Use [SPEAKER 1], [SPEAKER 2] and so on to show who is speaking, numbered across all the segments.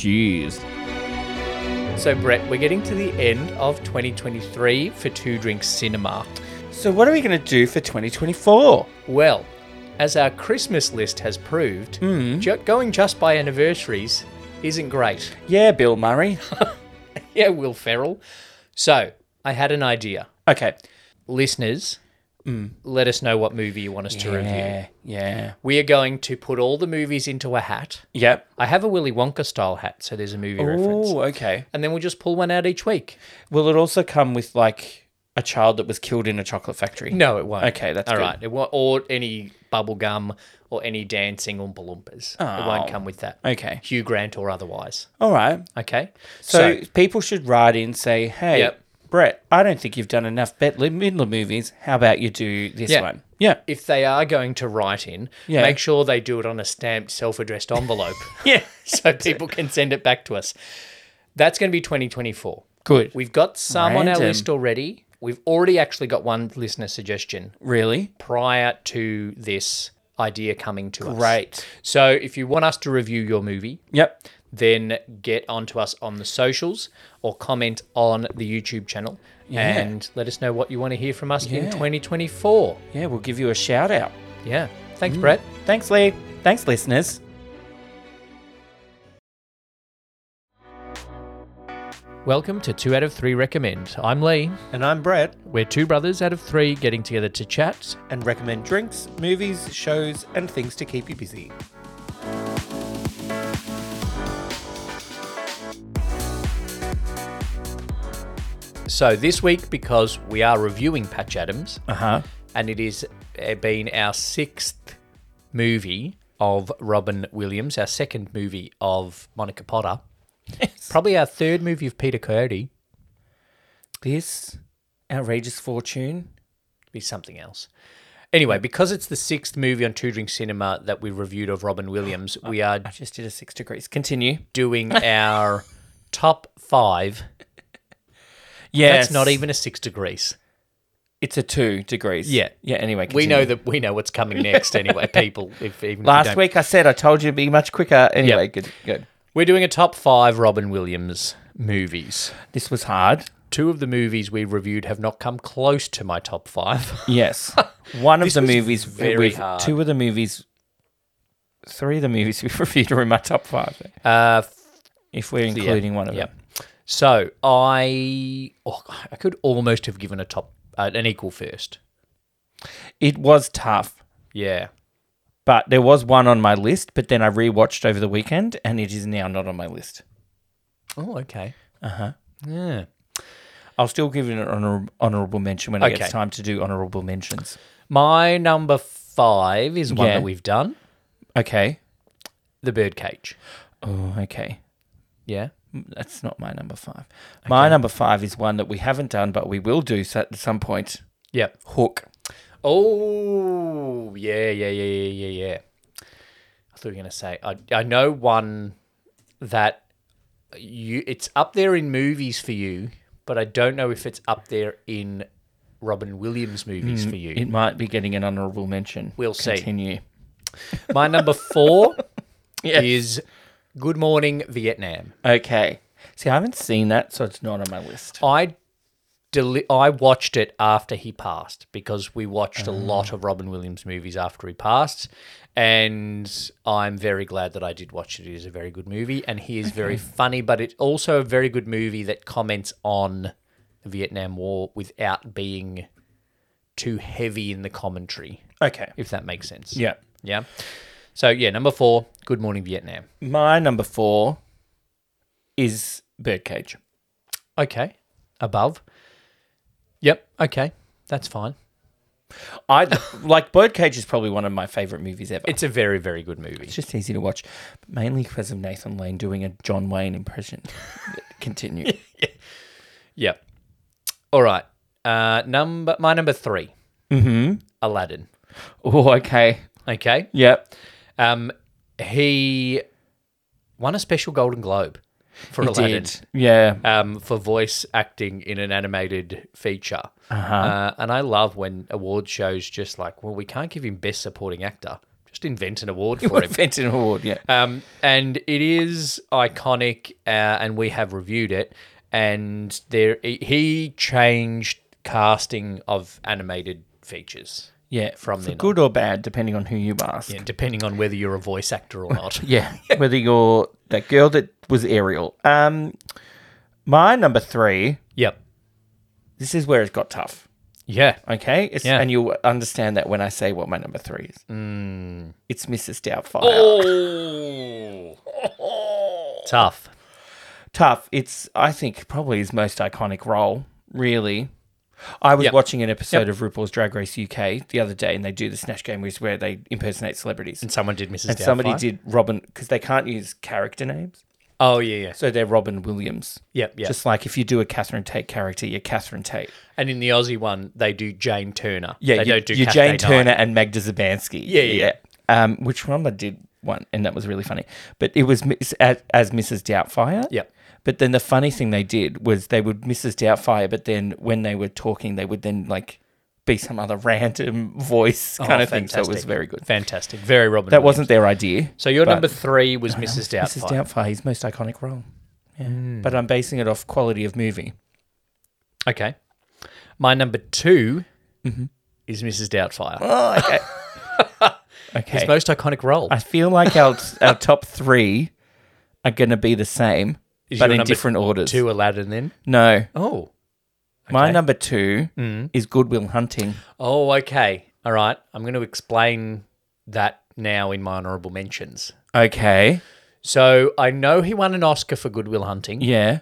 [SPEAKER 1] Cheers.
[SPEAKER 2] So, Brett, we're getting to the end of 2023 for Two Drink Cinema.
[SPEAKER 3] So, what are we going to do for 2024?
[SPEAKER 2] Well, as our Christmas list has proved, ju- going just by anniversaries isn't great.
[SPEAKER 3] Yeah, Bill Murray.
[SPEAKER 2] Yeah, Will Ferrell. So, I had an idea.
[SPEAKER 3] Okay.
[SPEAKER 2] Listeners, let us know what movie you want us to review.
[SPEAKER 3] Yeah, yeah.
[SPEAKER 2] We are going to put all the movies into a hat.
[SPEAKER 3] Yep.
[SPEAKER 2] I have a Willy Wonka style hat, so there's a movie reference.
[SPEAKER 3] Oh, okay.
[SPEAKER 2] And then we'll just pull one out each week.
[SPEAKER 3] Will it also come with like a child that was killed in a chocolate factory?
[SPEAKER 2] No, it won't.
[SPEAKER 3] Okay, that's
[SPEAKER 2] all
[SPEAKER 3] good.
[SPEAKER 2] right. It won't, or any bubble gum or any dancing Oompa Loompas. It won't
[SPEAKER 3] Oh.
[SPEAKER 2] come with that.
[SPEAKER 3] Okay.
[SPEAKER 2] Hugh Grant or otherwise.
[SPEAKER 3] All right.
[SPEAKER 2] Okay.
[SPEAKER 3] So, people should write in say, hey,
[SPEAKER 2] Yep.
[SPEAKER 3] Brett, I don't think you've done enough Bette Midler movies. How about you do this
[SPEAKER 2] Yeah.
[SPEAKER 3] one? Yeah.
[SPEAKER 2] if they are going to write in,
[SPEAKER 3] Yeah.
[SPEAKER 2] make sure they do it on a stamped, self-addressed envelope.
[SPEAKER 3] Yeah.
[SPEAKER 2] so people can send it back to us. That's going to be 2024.
[SPEAKER 3] Good.
[SPEAKER 2] We've got some on
[SPEAKER 3] Random.
[SPEAKER 2] our list already. We've already actually got one listener suggestion
[SPEAKER 3] Really?
[SPEAKER 2] prior to this idea coming to us.
[SPEAKER 3] Great.
[SPEAKER 2] So if you want us to review your movie,
[SPEAKER 3] Yep.
[SPEAKER 2] then get onto us on the socials or comment on the YouTube channel
[SPEAKER 3] Yeah.
[SPEAKER 2] and let us know what you want to hear from us in
[SPEAKER 3] Yeah.
[SPEAKER 2] 2024.
[SPEAKER 3] Yeah, we'll give you a shout out.
[SPEAKER 2] Yeah.
[SPEAKER 3] Mm.
[SPEAKER 2] Thanks, Brett.
[SPEAKER 3] Thanks, Lee. Thanks, listeners.
[SPEAKER 2] Welcome to Two Out of Three Recommend. I'm Lee.
[SPEAKER 3] And I'm Brett.
[SPEAKER 2] We're two brothers out of three getting together to chat.
[SPEAKER 3] and recommend drinks, movies, shows, and things to keep you busy.
[SPEAKER 2] So this week, because we are reviewing Patch Adams,
[SPEAKER 3] Uh huh.
[SPEAKER 2] and it is uh, been our sixth movie of Robin Williams, our second movie of Monica Potter, probably our third movie of Peter Coyote.
[SPEAKER 3] This outrageous fortune.
[SPEAKER 2] be something else. Anyway, because it's the sixth movie on Two Drink Cinema that we reviewed of Robin Williams, we are
[SPEAKER 3] I just did a six degrees. Continue.
[SPEAKER 2] doing our top five.
[SPEAKER 3] Yeah,
[SPEAKER 2] That's not even a six degrees.
[SPEAKER 3] It's a two degrees.
[SPEAKER 2] Yeah.
[SPEAKER 3] Yeah. Anyway,
[SPEAKER 2] We
[SPEAKER 3] continue.
[SPEAKER 2] know that we know what's coming next anyway, people. If even if you
[SPEAKER 3] Last
[SPEAKER 2] don't-
[SPEAKER 3] week I said I told you it'd be much quicker. Anyway,
[SPEAKER 2] Yep.
[SPEAKER 3] good. Good.
[SPEAKER 2] we're doing a top five Robin Williams movies.
[SPEAKER 3] This was hard.
[SPEAKER 2] Two of the movies we reviewed have not come close to my top five.
[SPEAKER 3] Yes. One of
[SPEAKER 2] This
[SPEAKER 3] the
[SPEAKER 2] was
[SPEAKER 3] movies.
[SPEAKER 2] very
[SPEAKER 3] we've-
[SPEAKER 2] hard.
[SPEAKER 3] Two of the movies. Three of the movies we've reviewed are in my top five.
[SPEAKER 2] Uh,
[SPEAKER 3] If we're including one of
[SPEAKER 2] Yep.
[SPEAKER 3] them.
[SPEAKER 2] So I, oh, I could almost have given a top uh, an equal first.
[SPEAKER 3] It was tough.
[SPEAKER 2] Yeah.
[SPEAKER 3] But there was one on my list, but then I rewatched over the weekend and it is now not on my list.
[SPEAKER 2] Oh, okay. Uh
[SPEAKER 3] Uh-huh.
[SPEAKER 2] huh. Yeah.
[SPEAKER 3] I'll still give it an honor- honorable mention when it
[SPEAKER 2] Okay.
[SPEAKER 3] gets time to do honorable mentions.
[SPEAKER 2] My number five is one
[SPEAKER 3] Yeah.
[SPEAKER 2] that we've done,
[SPEAKER 3] Okay.
[SPEAKER 2] The Birdcage.
[SPEAKER 3] Oh, okay.
[SPEAKER 2] Yeah.
[SPEAKER 3] M- That's not my number five. My number five is one that we haven't done, but we will do so- at some point.
[SPEAKER 2] Yep.
[SPEAKER 3] Hook.
[SPEAKER 2] Oh, yeah, yeah, yeah, yeah, yeah, yeah. I thought you were gonna say I I know one that you it's up there in movies for you, but I don't know if it's up there in Robin Williams movies
[SPEAKER 3] Mm,
[SPEAKER 2] for you.
[SPEAKER 3] It might be getting an honorable mention.
[SPEAKER 2] We'll see.
[SPEAKER 3] Continue.
[SPEAKER 2] My number four
[SPEAKER 3] Yes.
[SPEAKER 2] is Good Morning Vietnam.
[SPEAKER 3] Okay. See, I haven't seen that, so it's not on my list.
[SPEAKER 2] I deli- I watched it after he passed because we watched a lot of Robin Williams movies after he passed, and I'm very glad that I did watch it. It is a very good movie, and he is very funny, but it's also a very good movie that comments on the Vietnam War without being too heavy in the commentary,
[SPEAKER 3] Okay.
[SPEAKER 2] if that makes sense.
[SPEAKER 3] Yeah.
[SPEAKER 2] yeah. So yeah, number four, Good Morning Vietnam.
[SPEAKER 3] My number four is Birdcage.
[SPEAKER 2] Okay, above. Yep. Okay, that's fine.
[SPEAKER 3] I like Birdcage is probably one of my favorite movies ever.
[SPEAKER 2] It's a very, very good movie.
[SPEAKER 3] It's just easy to watch, but mainly because of Nathan Lane doing a John Wayne impression. Continue.
[SPEAKER 2] Yep. All right. Uh, number my number three,
[SPEAKER 3] mm-hmm.
[SPEAKER 2] Aladdin.
[SPEAKER 3] Oh, okay.
[SPEAKER 2] Okay.
[SPEAKER 3] Yep.
[SPEAKER 2] Um, he won a special Golden Globe for
[SPEAKER 3] He
[SPEAKER 2] Aladdin.
[SPEAKER 3] did. Yeah.
[SPEAKER 2] Um, for voice acting in an animated feature. Uh, Uh-huh. and I love when award shows just like, well, we can't give him best supporting actor. Just Just invent an award
[SPEAKER 3] You
[SPEAKER 2] for him.
[SPEAKER 3] invent an award, yeah.
[SPEAKER 2] Um, and it is iconic, uh, and we have reviewed it. And there, he changed casting of animated features,
[SPEAKER 3] Yeah,
[SPEAKER 2] From
[SPEAKER 3] for
[SPEAKER 2] then
[SPEAKER 3] good or bad, depending on who you ask.
[SPEAKER 2] yeah, depending on whether you're a voice actor or not.
[SPEAKER 3] Yeah, whether you're that girl that was Ariel. Um, my number three.
[SPEAKER 2] yep.
[SPEAKER 3] This is where it got tough.
[SPEAKER 2] Yeah.
[SPEAKER 3] Okay, it's,
[SPEAKER 2] Yeah.
[SPEAKER 3] and you'll understand that when I say what my number three is.
[SPEAKER 2] Mm.
[SPEAKER 3] It's Mrs. Doubtfire.
[SPEAKER 2] Oh. Tough.
[SPEAKER 3] Tough. It's I think probably his most iconic role. Really, I was
[SPEAKER 2] Yep.
[SPEAKER 3] watching an episode of RuPaul's Drag Race UK the other day, and they do the snatch game, which is where they impersonate celebrities.
[SPEAKER 2] And someone did Mrs.
[SPEAKER 3] and somebody
[SPEAKER 2] Doubtfire?
[SPEAKER 3] did Robin because they can't use character names,
[SPEAKER 2] Oh yeah, yeah,
[SPEAKER 3] so they're Robin Williams.
[SPEAKER 2] yep, yeah.
[SPEAKER 3] Just like if you do a Catherine Tate character, you're Catherine Tate.
[SPEAKER 2] and in the Aussie one, they do Jane Turner.
[SPEAKER 3] Yeah,
[SPEAKER 2] they
[SPEAKER 3] you,
[SPEAKER 2] don't do
[SPEAKER 3] you're
[SPEAKER 2] Cafe
[SPEAKER 3] Jane
[SPEAKER 2] Night.
[SPEAKER 3] Turner and Magda Zabansky.
[SPEAKER 2] Yeah, yeah,
[SPEAKER 3] Um, which one I did one, and that was really funny. But it was mis- as, as Mrs. Doubtfire.
[SPEAKER 2] Yep.
[SPEAKER 3] But then the funny thing they did was they would Mrs. Doubtfire, but then when they were talking, they would then like be some other random voice kind of thing. So it was
[SPEAKER 2] Oh, fantastic.
[SPEAKER 3] very good.
[SPEAKER 2] Fantastic, very Robin.
[SPEAKER 3] That
[SPEAKER 2] Williams.
[SPEAKER 3] wasn't their idea.
[SPEAKER 2] So your
[SPEAKER 3] but-
[SPEAKER 2] number three was Mrs. Doubtfire. Hmm.
[SPEAKER 3] Mrs. Doubtfire, his most iconic role. Yeah. But I'm basing it off quality of movie.
[SPEAKER 2] Okay, my number 2 is Mrs. Doubtfire.
[SPEAKER 3] Mm-hmm. Oh, okay. okay.
[SPEAKER 2] His most iconic role.
[SPEAKER 3] I feel like our our top three are going to be the same,
[SPEAKER 2] Is
[SPEAKER 3] but
[SPEAKER 2] your
[SPEAKER 3] in
[SPEAKER 2] number
[SPEAKER 3] different orders.
[SPEAKER 2] Two Aladdin. Then
[SPEAKER 3] No,
[SPEAKER 2] oh,
[SPEAKER 3] my
[SPEAKER 2] Okay. Hmm.
[SPEAKER 3] number two is Goodwill Hunting.
[SPEAKER 2] oh, okay, all right. I'm going to explain that now in my honourable mentions.
[SPEAKER 3] Okay,
[SPEAKER 2] So I know he won an Oscar for Goodwill Hunting.
[SPEAKER 3] yeah.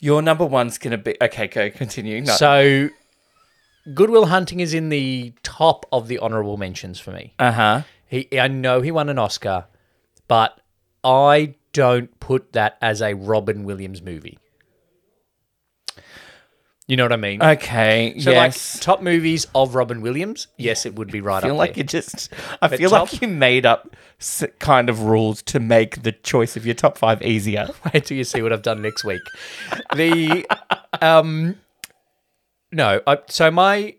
[SPEAKER 3] Your number one's going to be okay. Go continue. No.
[SPEAKER 2] So, Goodwill Hunting is in the top of the honorable mentions for me.
[SPEAKER 3] uh huh.
[SPEAKER 2] He, I know he won an Oscar, but I don't put that as a Robin Williams movie. You know what I mean?
[SPEAKER 3] Okay.
[SPEAKER 2] so,
[SPEAKER 3] Uh, yes.
[SPEAKER 2] like, top movies of Robin Williams, yes, it would be right
[SPEAKER 3] I feel
[SPEAKER 2] up
[SPEAKER 3] like you
[SPEAKER 2] there.
[SPEAKER 3] just. I feel like you made up s- kind of rules to make the choice of your top five easier.
[SPEAKER 2] Wait till you see what I've done next week. The, um, no, I, so my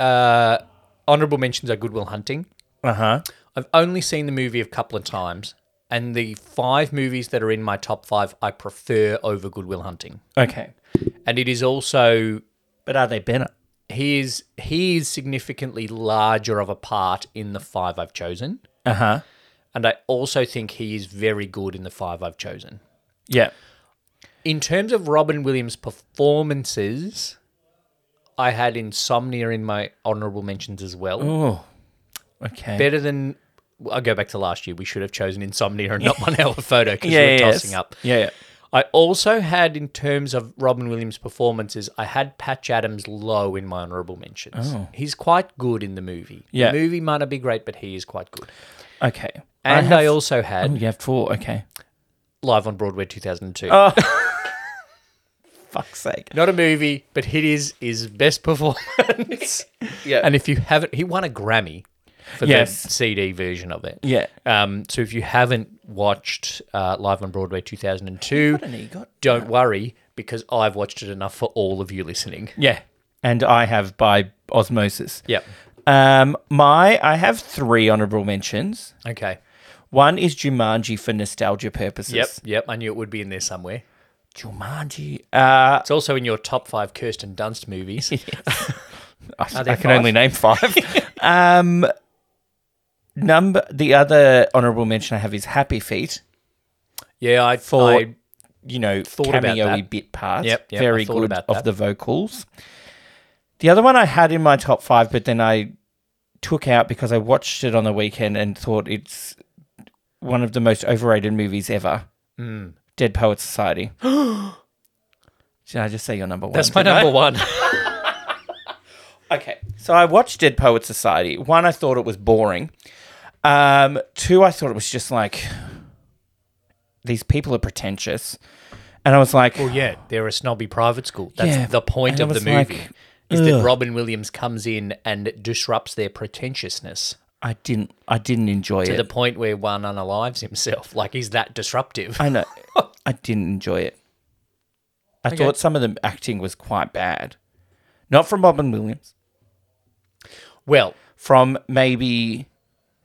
[SPEAKER 2] uh, honorable mentions are Goodwill Hunting.
[SPEAKER 3] Uh huh.
[SPEAKER 2] I've only seen the movie a couple of times, and the five movies that are in my top five I prefer over Goodwill Hunting.
[SPEAKER 3] Okay.
[SPEAKER 2] And it is also
[SPEAKER 3] But are they better?
[SPEAKER 2] he is he is significantly larger of a part in the five I've chosen,
[SPEAKER 3] Uh huh.
[SPEAKER 2] and I also think he is very good in the five I've chosen.
[SPEAKER 3] Yeah.
[SPEAKER 2] In terms of Robin Williams' performances, I had Insomnia in my honorable mentions as well.
[SPEAKER 3] Oh. Okay.
[SPEAKER 2] better than I go back to last year. We should have chosen Insomnia and not One Hour Photo because
[SPEAKER 3] yeah.
[SPEAKER 2] we were
[SPEAKER 3] yeah, yes.
[SPEAKER 2] tossing up.
[SPEAKER 3] Yeah. yeah.
[SPEAKER 2] I also had, in terms of Robin Williams' performances, I had Patch Adams low in my honourable mentions. He's quite good in the movie.
[SPEAKER 3] Oh. Yeah.
[SPEAKER 2] The movie might not be great, but he is quite good.
[SPEAKER 3] Okay.
[SPEAKER 2] And I,
[SPEAKER 3] have-
[SPEAKER 2] also had
[SPEAKER 3] Oh, you have four. Okay.
[SPEAKER 2] Live on Broadway 2002.
[SPEAKER 3] Oh. Fuck's sake.
[SPEAKER 2] Not a movie, but it is his best performance.
[SPEAKER 3] Yeah.
[SPEAKER 2] and if you haven't, he won a Grammy for
[SPEAKER 3] Yes.
[SPEAKER 2] the CD version of it.
[SPEAKER 3] yeah.
[SPEAKER 2] Um, so if you haven't watched uh, Live on Broadway 2002,
[SPEAKER 3] an EGOT?
[SPEAKER 2] don't worry because I've watched it enough for all of you listening.
[SPEAKER 3] Yeah. And I have by osmosis.
[SPEAKER 2] Yep.
[SPEAKER 3] Um, my I have three honorable mentions.
[SPEAKER 2] Okay.
[SPEAKER 3] One is Jumanji for nostalgia purposes.
[SPEAKER 2] Yep. Yep. I knew it would be in there somewhere.
[SPEAKER 3] Jumanji. Uh,
[SPEAKER 2] It's also in your top five Kirsten Dunst movies.
[SPEAKER 3] I, I
[SPEAKER 2] there
[SPEAKER 3] can only name five. um, number the other honorable mention I have is Happy Feet
[SPEAKER 2] yeah. I
[SPEAKER 3] for
[SPEAKER 2] thought.
[SPEAKER 3] you know
[SPEAKER 2] thought about
[SPEAKER 3] cameo-y
[SPEAKER 2] that.
[SPEAKER 3] bit parts.
[SPEAKER 2] Yep, yep, I
[SPEAKER 3] very
[SPEAKER 2] thought
[SPEAKER 3] good
[SPEAKER 2] about
[SPEAKER 3] of
[SPEAKER 2] that.
[SPEAKER 3] the vocals. The other one I had in my top five, but then I took out because I watched it on the weekend and thought it's one of the most overrated movies ever.
[SPEAKER 2] Hmm.
[SPEAKER 3] Dead Poets Society. Did I just say your number one?
[SPEAKER 2] That's my
[SPEAKER 3] Didn't I?
[SPEAKER 2] number one.
[SPEAKER 3] Okay. So I watched Dead Poets Society. One, I thought it was boring. Um, two, I thought it was just like these people are pretentious. And I was like,
[SPEAKER 2] well, Oh, yeah. They're a snobby private school. That's
[SPEAKER 3] Yeah,
[SPEAKER 2] the
[SPEAKER 3] and
[SPEAKER 2] point
[SPEAKER 3] I
[SPEAKER 2] of the
[SPEAKER 3] was
[SPEAKER 2] movie.
[SPEAKER 3] like,
[SPEAKER 2] is that
[SPEAKER 3] ugh.
[SPEAKER 2] Robin Williams comes in and disrupts their pretentiousness
[SPEAKER 3] I didn't I didn't enjoy
[SPEAKER 2] to
[SPEAKER 3] it.
[SPEAKER 2] the point where one unalives himself. Like he's that disruptive.
[SPEAKER 3] I know. I didn't enjoy it. I thought some of the acting was quite bad. Not from Robin Williams.
[SPEAKER 2] well,
[SPEAKER 3] From maybe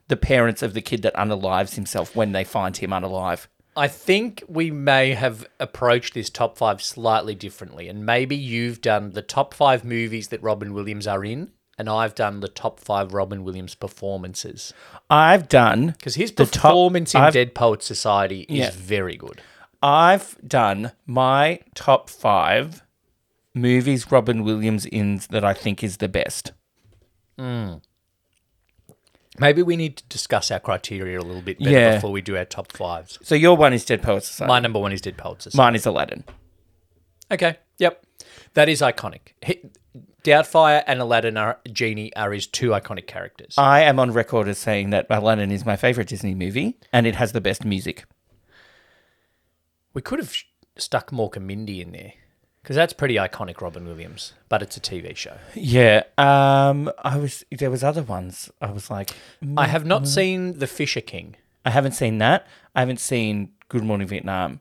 [SPEAKER 3] the parents of the kid that unalives himself when they find him unalive.
[SPEAKER 2] I think we may have approached this top five slightly differently, and maybe you've done the top five movies that Robin Williams are in, and I've done the top five Robin Williams performances
[SPEAKER 3] I've done
[SPEAKER 2] because his
[SPEAKER 3] The top-
[SPEAKER 2] performance in
[SPEAKER 3] I've-
[SPEAKER 2] Dead Poets Society is
[SPEAKER 3] Yeah.
[SPEAKER 2] very good.
[SPEAKER 3] I've done my top five movies Robin Williams in that I think is the best.
[SPEAKER 2] Maybe we need to discuss our criteria a little bit better
[SPEAKER 3] Yeah.
[SPEAKER 2] before we do our top fives.
[SPEAKER 3] So your one is Dead Poets Society.
[SPEAKER 2] My number one is Dead Poets Society.
[SPEAKER 3] Mine is Aladdin.
[SPEAKER 2] Okay. Yep. That is iconic. He- Doubtfire and Aladdin are Genie are his two iconic characters.
[SPEAKER 3] I am on record as saying that Aladdin is my favorite Disney movie, and it has the best music.
[SPEAKER 2] we could have sh- stuck Mork and Mindy in there because that's pretty iconic Robin Williams, but it's a TV show.
[SPEAKER 3] Yeah. Um. I was there was other ones. I was like,
[SPEAKER 2] I have not
[SPEAKER 3] Mm-hmm.
[SPEAKER 2] seen The Fisher King.
[SPEAKER 3] I haven't seen that. I haven't seen Good Morning Vietnam.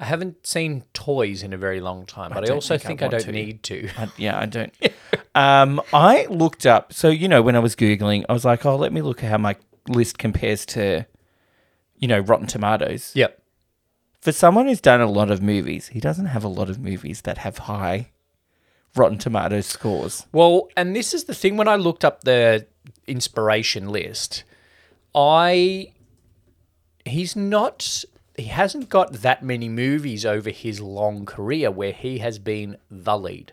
[SPEAKER 2] I haven't seen Toys in a very long time, but I,
[SPEAKER 3] don't
[SPEAKER 2] also
[SPEAKER 3] think I
[SPEAKER 2] think I,
[SPEAKER 3] want to.
[SPEAKER 2] don't need to.
[SPEAKER 3] I, yeah, I don't. um, I looked up. So you know, when I was googling, I was like, "Oh, let me look at how my list compares to, you know, Rotten Tomatoes."
[SPEAKER 2] yep.
[SPEAKER 3] For someone who's done a lot of movies, he doesn't have a lot of movies that have high Rotten Tomatoes scores.
[SPEAKER 2] Well, and this is the thing when I looked up the inspiration list, I he's not he hasn't got that many movies over his long career where he has been the lead.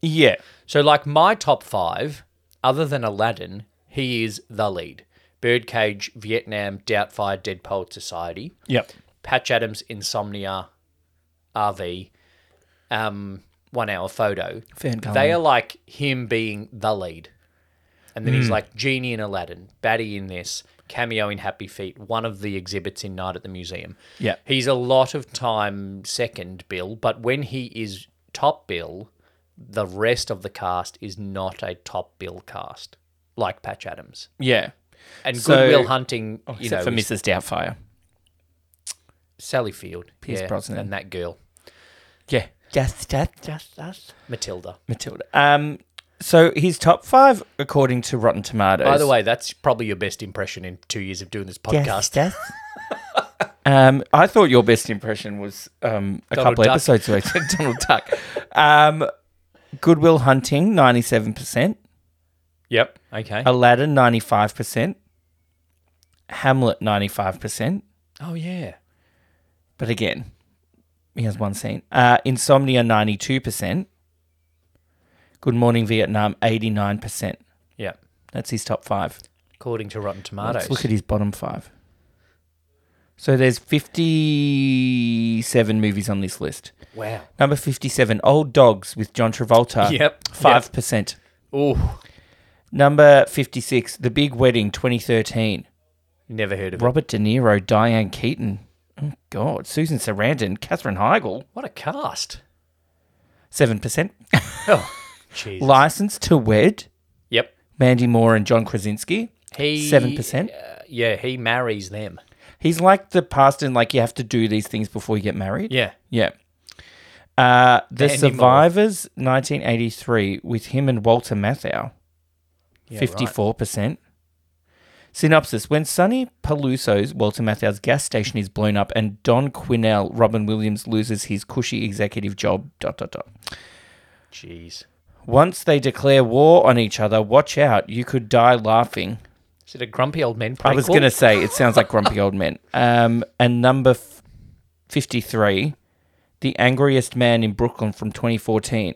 [SPEAKER 3] Yeah.
[SPEAKER 2] So, like my top five, other than Aladdin, he is the lead. Birdcage, Vietnam, Doubtfire, Dead Poet Society,
[SPEAKER 3] Yep.
[SPEAKER 2] Patch Adams, Insomnia, RV, um, One Hour Photo.
[SPEAKER 3] Fan
[SPEAKER 2] They are like him being the lead. And then
[SPEAKER 3] Hmm.
[SPEAKER 2] he's like Genie in Aladdin, Batty in this, cameo in Happy Feet, one of the exhibits in Night at the Museum.
[SPEAKER 3] Yeah.
[SPEAKER 2] He's a lot of time second bill, but when he is top bill, the rest of the cast is not a top bill cast like Patch Adams.
[SPEAKER 3] Yeah.
[SPEAKER 2] And
[SPEAKER 3] So- oh,
[SPEAKER 2] Goodwill Hunting, you know,
[SPEAKER 3] Except for
[SPEAKER 2] is
[SPEAKER 3] Mrs. Doubtfire.
[SPEAKER 2] Sally Field,
[SPEAKER 3] Pierce Brosnan.
[SPEAKER 2] and that girl,
[SPEAKER 3] Yeah. Just, just, just, just.
[SPEAKER 2] Matilda.
[SPEAKER 3] Matilda. Um. So his top five, according to Rotten Tomatoes.
[SPEAKER 2] By the way, that's probably your best impression in two years of doing this podcast.
[SPEAKER 3] um, I thought your best impression was um, a
[SPEAKER 2] Donald
[SPEAKER 3] couple
[SPEAKER 2] Duck.
[SPEAKER 3] episodes ago. Donald Duck. Um, Goodwill Hunting, 97%.
[SPEAKER 2] Yep. Okay.
[SPEAKER 3] Aladdin, 95%. Hamlet, 95%.
[SPEAKER 2] oh yeah.
[SPEAKER 3] But again, he has one scene. Uh, Insomnia, 92%. Good Morning Vietnam, 89%.
[SPEAKER 2] Yep.
[SPEAKER 3] That's his top five.
[SPEAKER 2] According to Rotten Tomatoes.
[SPEAKER 3] Let's look at his bottom five. So there's 57 movies on this list.
[SPEAKER 2] wow.
[SPEAKER 3] Number 57, Old Dogs with John Travolta.
[SPEAKER 2] Yep.
[SPEAKER 3] 5%.
[SPEAKER 2] Oh,
[SPEAKER 3] Number 56, The Big Wedding 2013.
[SPEAKER 2] never heard of it.
[SPEAKER 3] Robert De Niro, Diane Keaton. Oh, God. Susan Sarandon, Catherine Heigl.
[SPEAKER 2] What a cast.
[SPEAKER 3] 7%.
[SPEAKER 2] Oh, jeez.
[SPEAKER 3] License to Wed,
[SPEAKER 2] yep.
[SPEAKER 3] Mandy Moore and John Krasinski.
[SPEAKER 2] He
[SPEAKER 3] 7%.
[SPEAKER 2] uh, yeah, he marries them.
[SPEAKER 3] He's like the past in like you have to do these things before you get married.
[SPEAKER 2] Yeah.
[SPEAKER 3] Yeah. Uh, the
[SPEAKER 2] Mandy Moore.
[SPEAKER 3] Survivors, 1983, with him and Walter Matthau,
[SPEAKER 2] Yeah, right.
[SPEAKER 3] 54%. Synopsis When Sonny Paluso's, Walter Matthau's gas station is blown up and Don Quinnell, Robin Williams, loses his cushy executive job. Dot, dot, dot.
[SPEAKER 2] Jeez.
[SPEAKER 3] Once they declare war on each other, watch out, you could die laughing.
[SPEAKER 2] Is it a grumpy old men prequel?
[SPEAKER 3] I was going to say, it sounds like Grumpy Old Men. Um, and number f- 53, The Angriest Man in Brooklyn from 2014.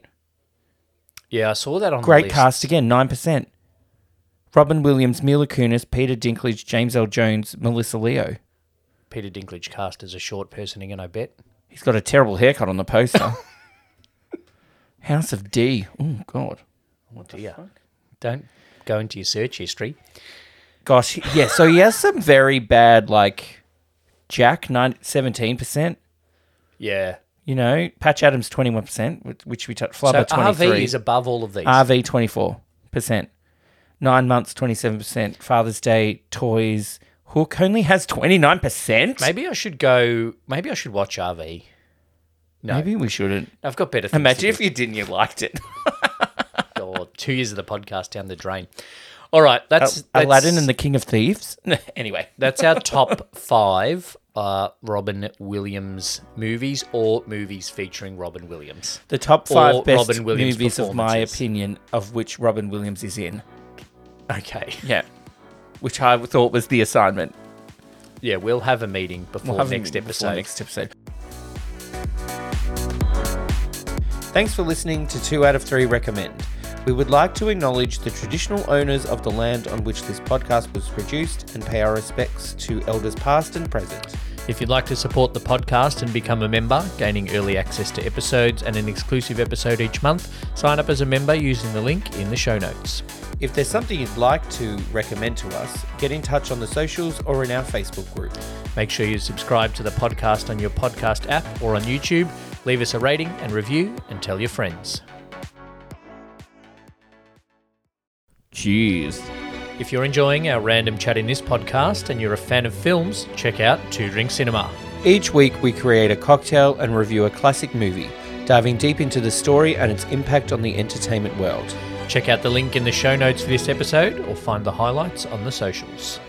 [SPEAKER 2] Yeah, I saw that on
[SPEAKER 3] Great
[SPEAKER 2] the list.
[SPEAKER 3] cast again, 9%. Robin Williams, Mila Kunis, Peter Dinklage, James L. Jones, Melissa Leo.
[SPEAKER 2] Peter Dinklage cast as a short person again, I bet. Oh,
[SPEAKER 3] He's got a terrible haircut on the poster. House of D. Oh, God.
[SPEAKER 2] What dear. Don't go into your search history.
[SPEAKER 3] Gosh, yeah. So he has some very bad, like, Jack, 9, 17%.
[SPEAKER 2] Yeah.
[SPEAKER 3] You know, Patch Adams, 21%, which- which we touched. Flubber,
[SPEAKER 2] so
[SPEAKER 3] 23.
[SPEAKER 2] RV is above all of these.
[SPEAKER 3] RV twenty four percent, nine months twenty seven percent, Father's Day toys. Hook only has twenty nine percent.
[SPEAKER 2] maybe I should go. Maybe I should watch RV. No,
[SPEAKER 3] Maybe we shouldn't.
[SPEAKER 2] I've got better things.
[SPEAKER 3] Imagine
[SPEAKER 2] to
[SPEAKER 3] if you didn't, you liked it.
[SPEAKER 2] do, or two years of the podcast down the drain. All right, that's, that's
[SPEAKER 3] Uh, Aladdin and the King of Thieves. anyway,
[SPEAKER 2] That's our top five uh, Robin Williams movies or movies featuring Robin Williams.
[SPEAKER 3] the top five
[SPEAKER 2] Or
[SPEAKER 3] best
[SPEAKER 2] Robin Williams
[SPEAKER 3] movies of my
[SPEAKER 2] performances.
[SPEAKER 3] opinion, of which Robin Williams is in.
[SPEAKER 2] Okay.
[SPEAKER 3] Yeah, which I thought was the assignment.
[SPEAKER 2] Yeah, we'll have a meeting before
[SPEAKER 3] have
[SPEAKER 2] next
[SPEAKER 3] him before
[SPEAKER 2] episode.
[SPEAKER 3] Next episode. Thanks for listening to Two Out of Three Recommend. We would like to acknowledge the traditional owners of the land on which this podcast was produced and pay our respects to elders past and present.
[SPEAKER 2] If you'd like to support the podcast and become a member, gaining early access to episodes and an exclusive episode each month, sign up as a member using the link in the show notes.
[SPEAKER 3] If there's something you'd like to recommend to us, get in touch on the socials or in our Facebook group.
[SPEAKER 2] Make sure you subscribe to the podcast on your podcast app or on YouTube. Leave us a rating and review and tell your friends.
[SPEAKER 3] Cheers.
[SPEAKER 2] If you're enjoying our random chat in this podcast and you're a fan of films, check out Two Drink Cinema.
[SPEAKER 3] Each week, we create a cocktail and review a classic movie, diving deep into the story and its impact on the entertainment world.
[SPEAKER 2] Check out the link in the show notes for this episode or find the highlights on the socials.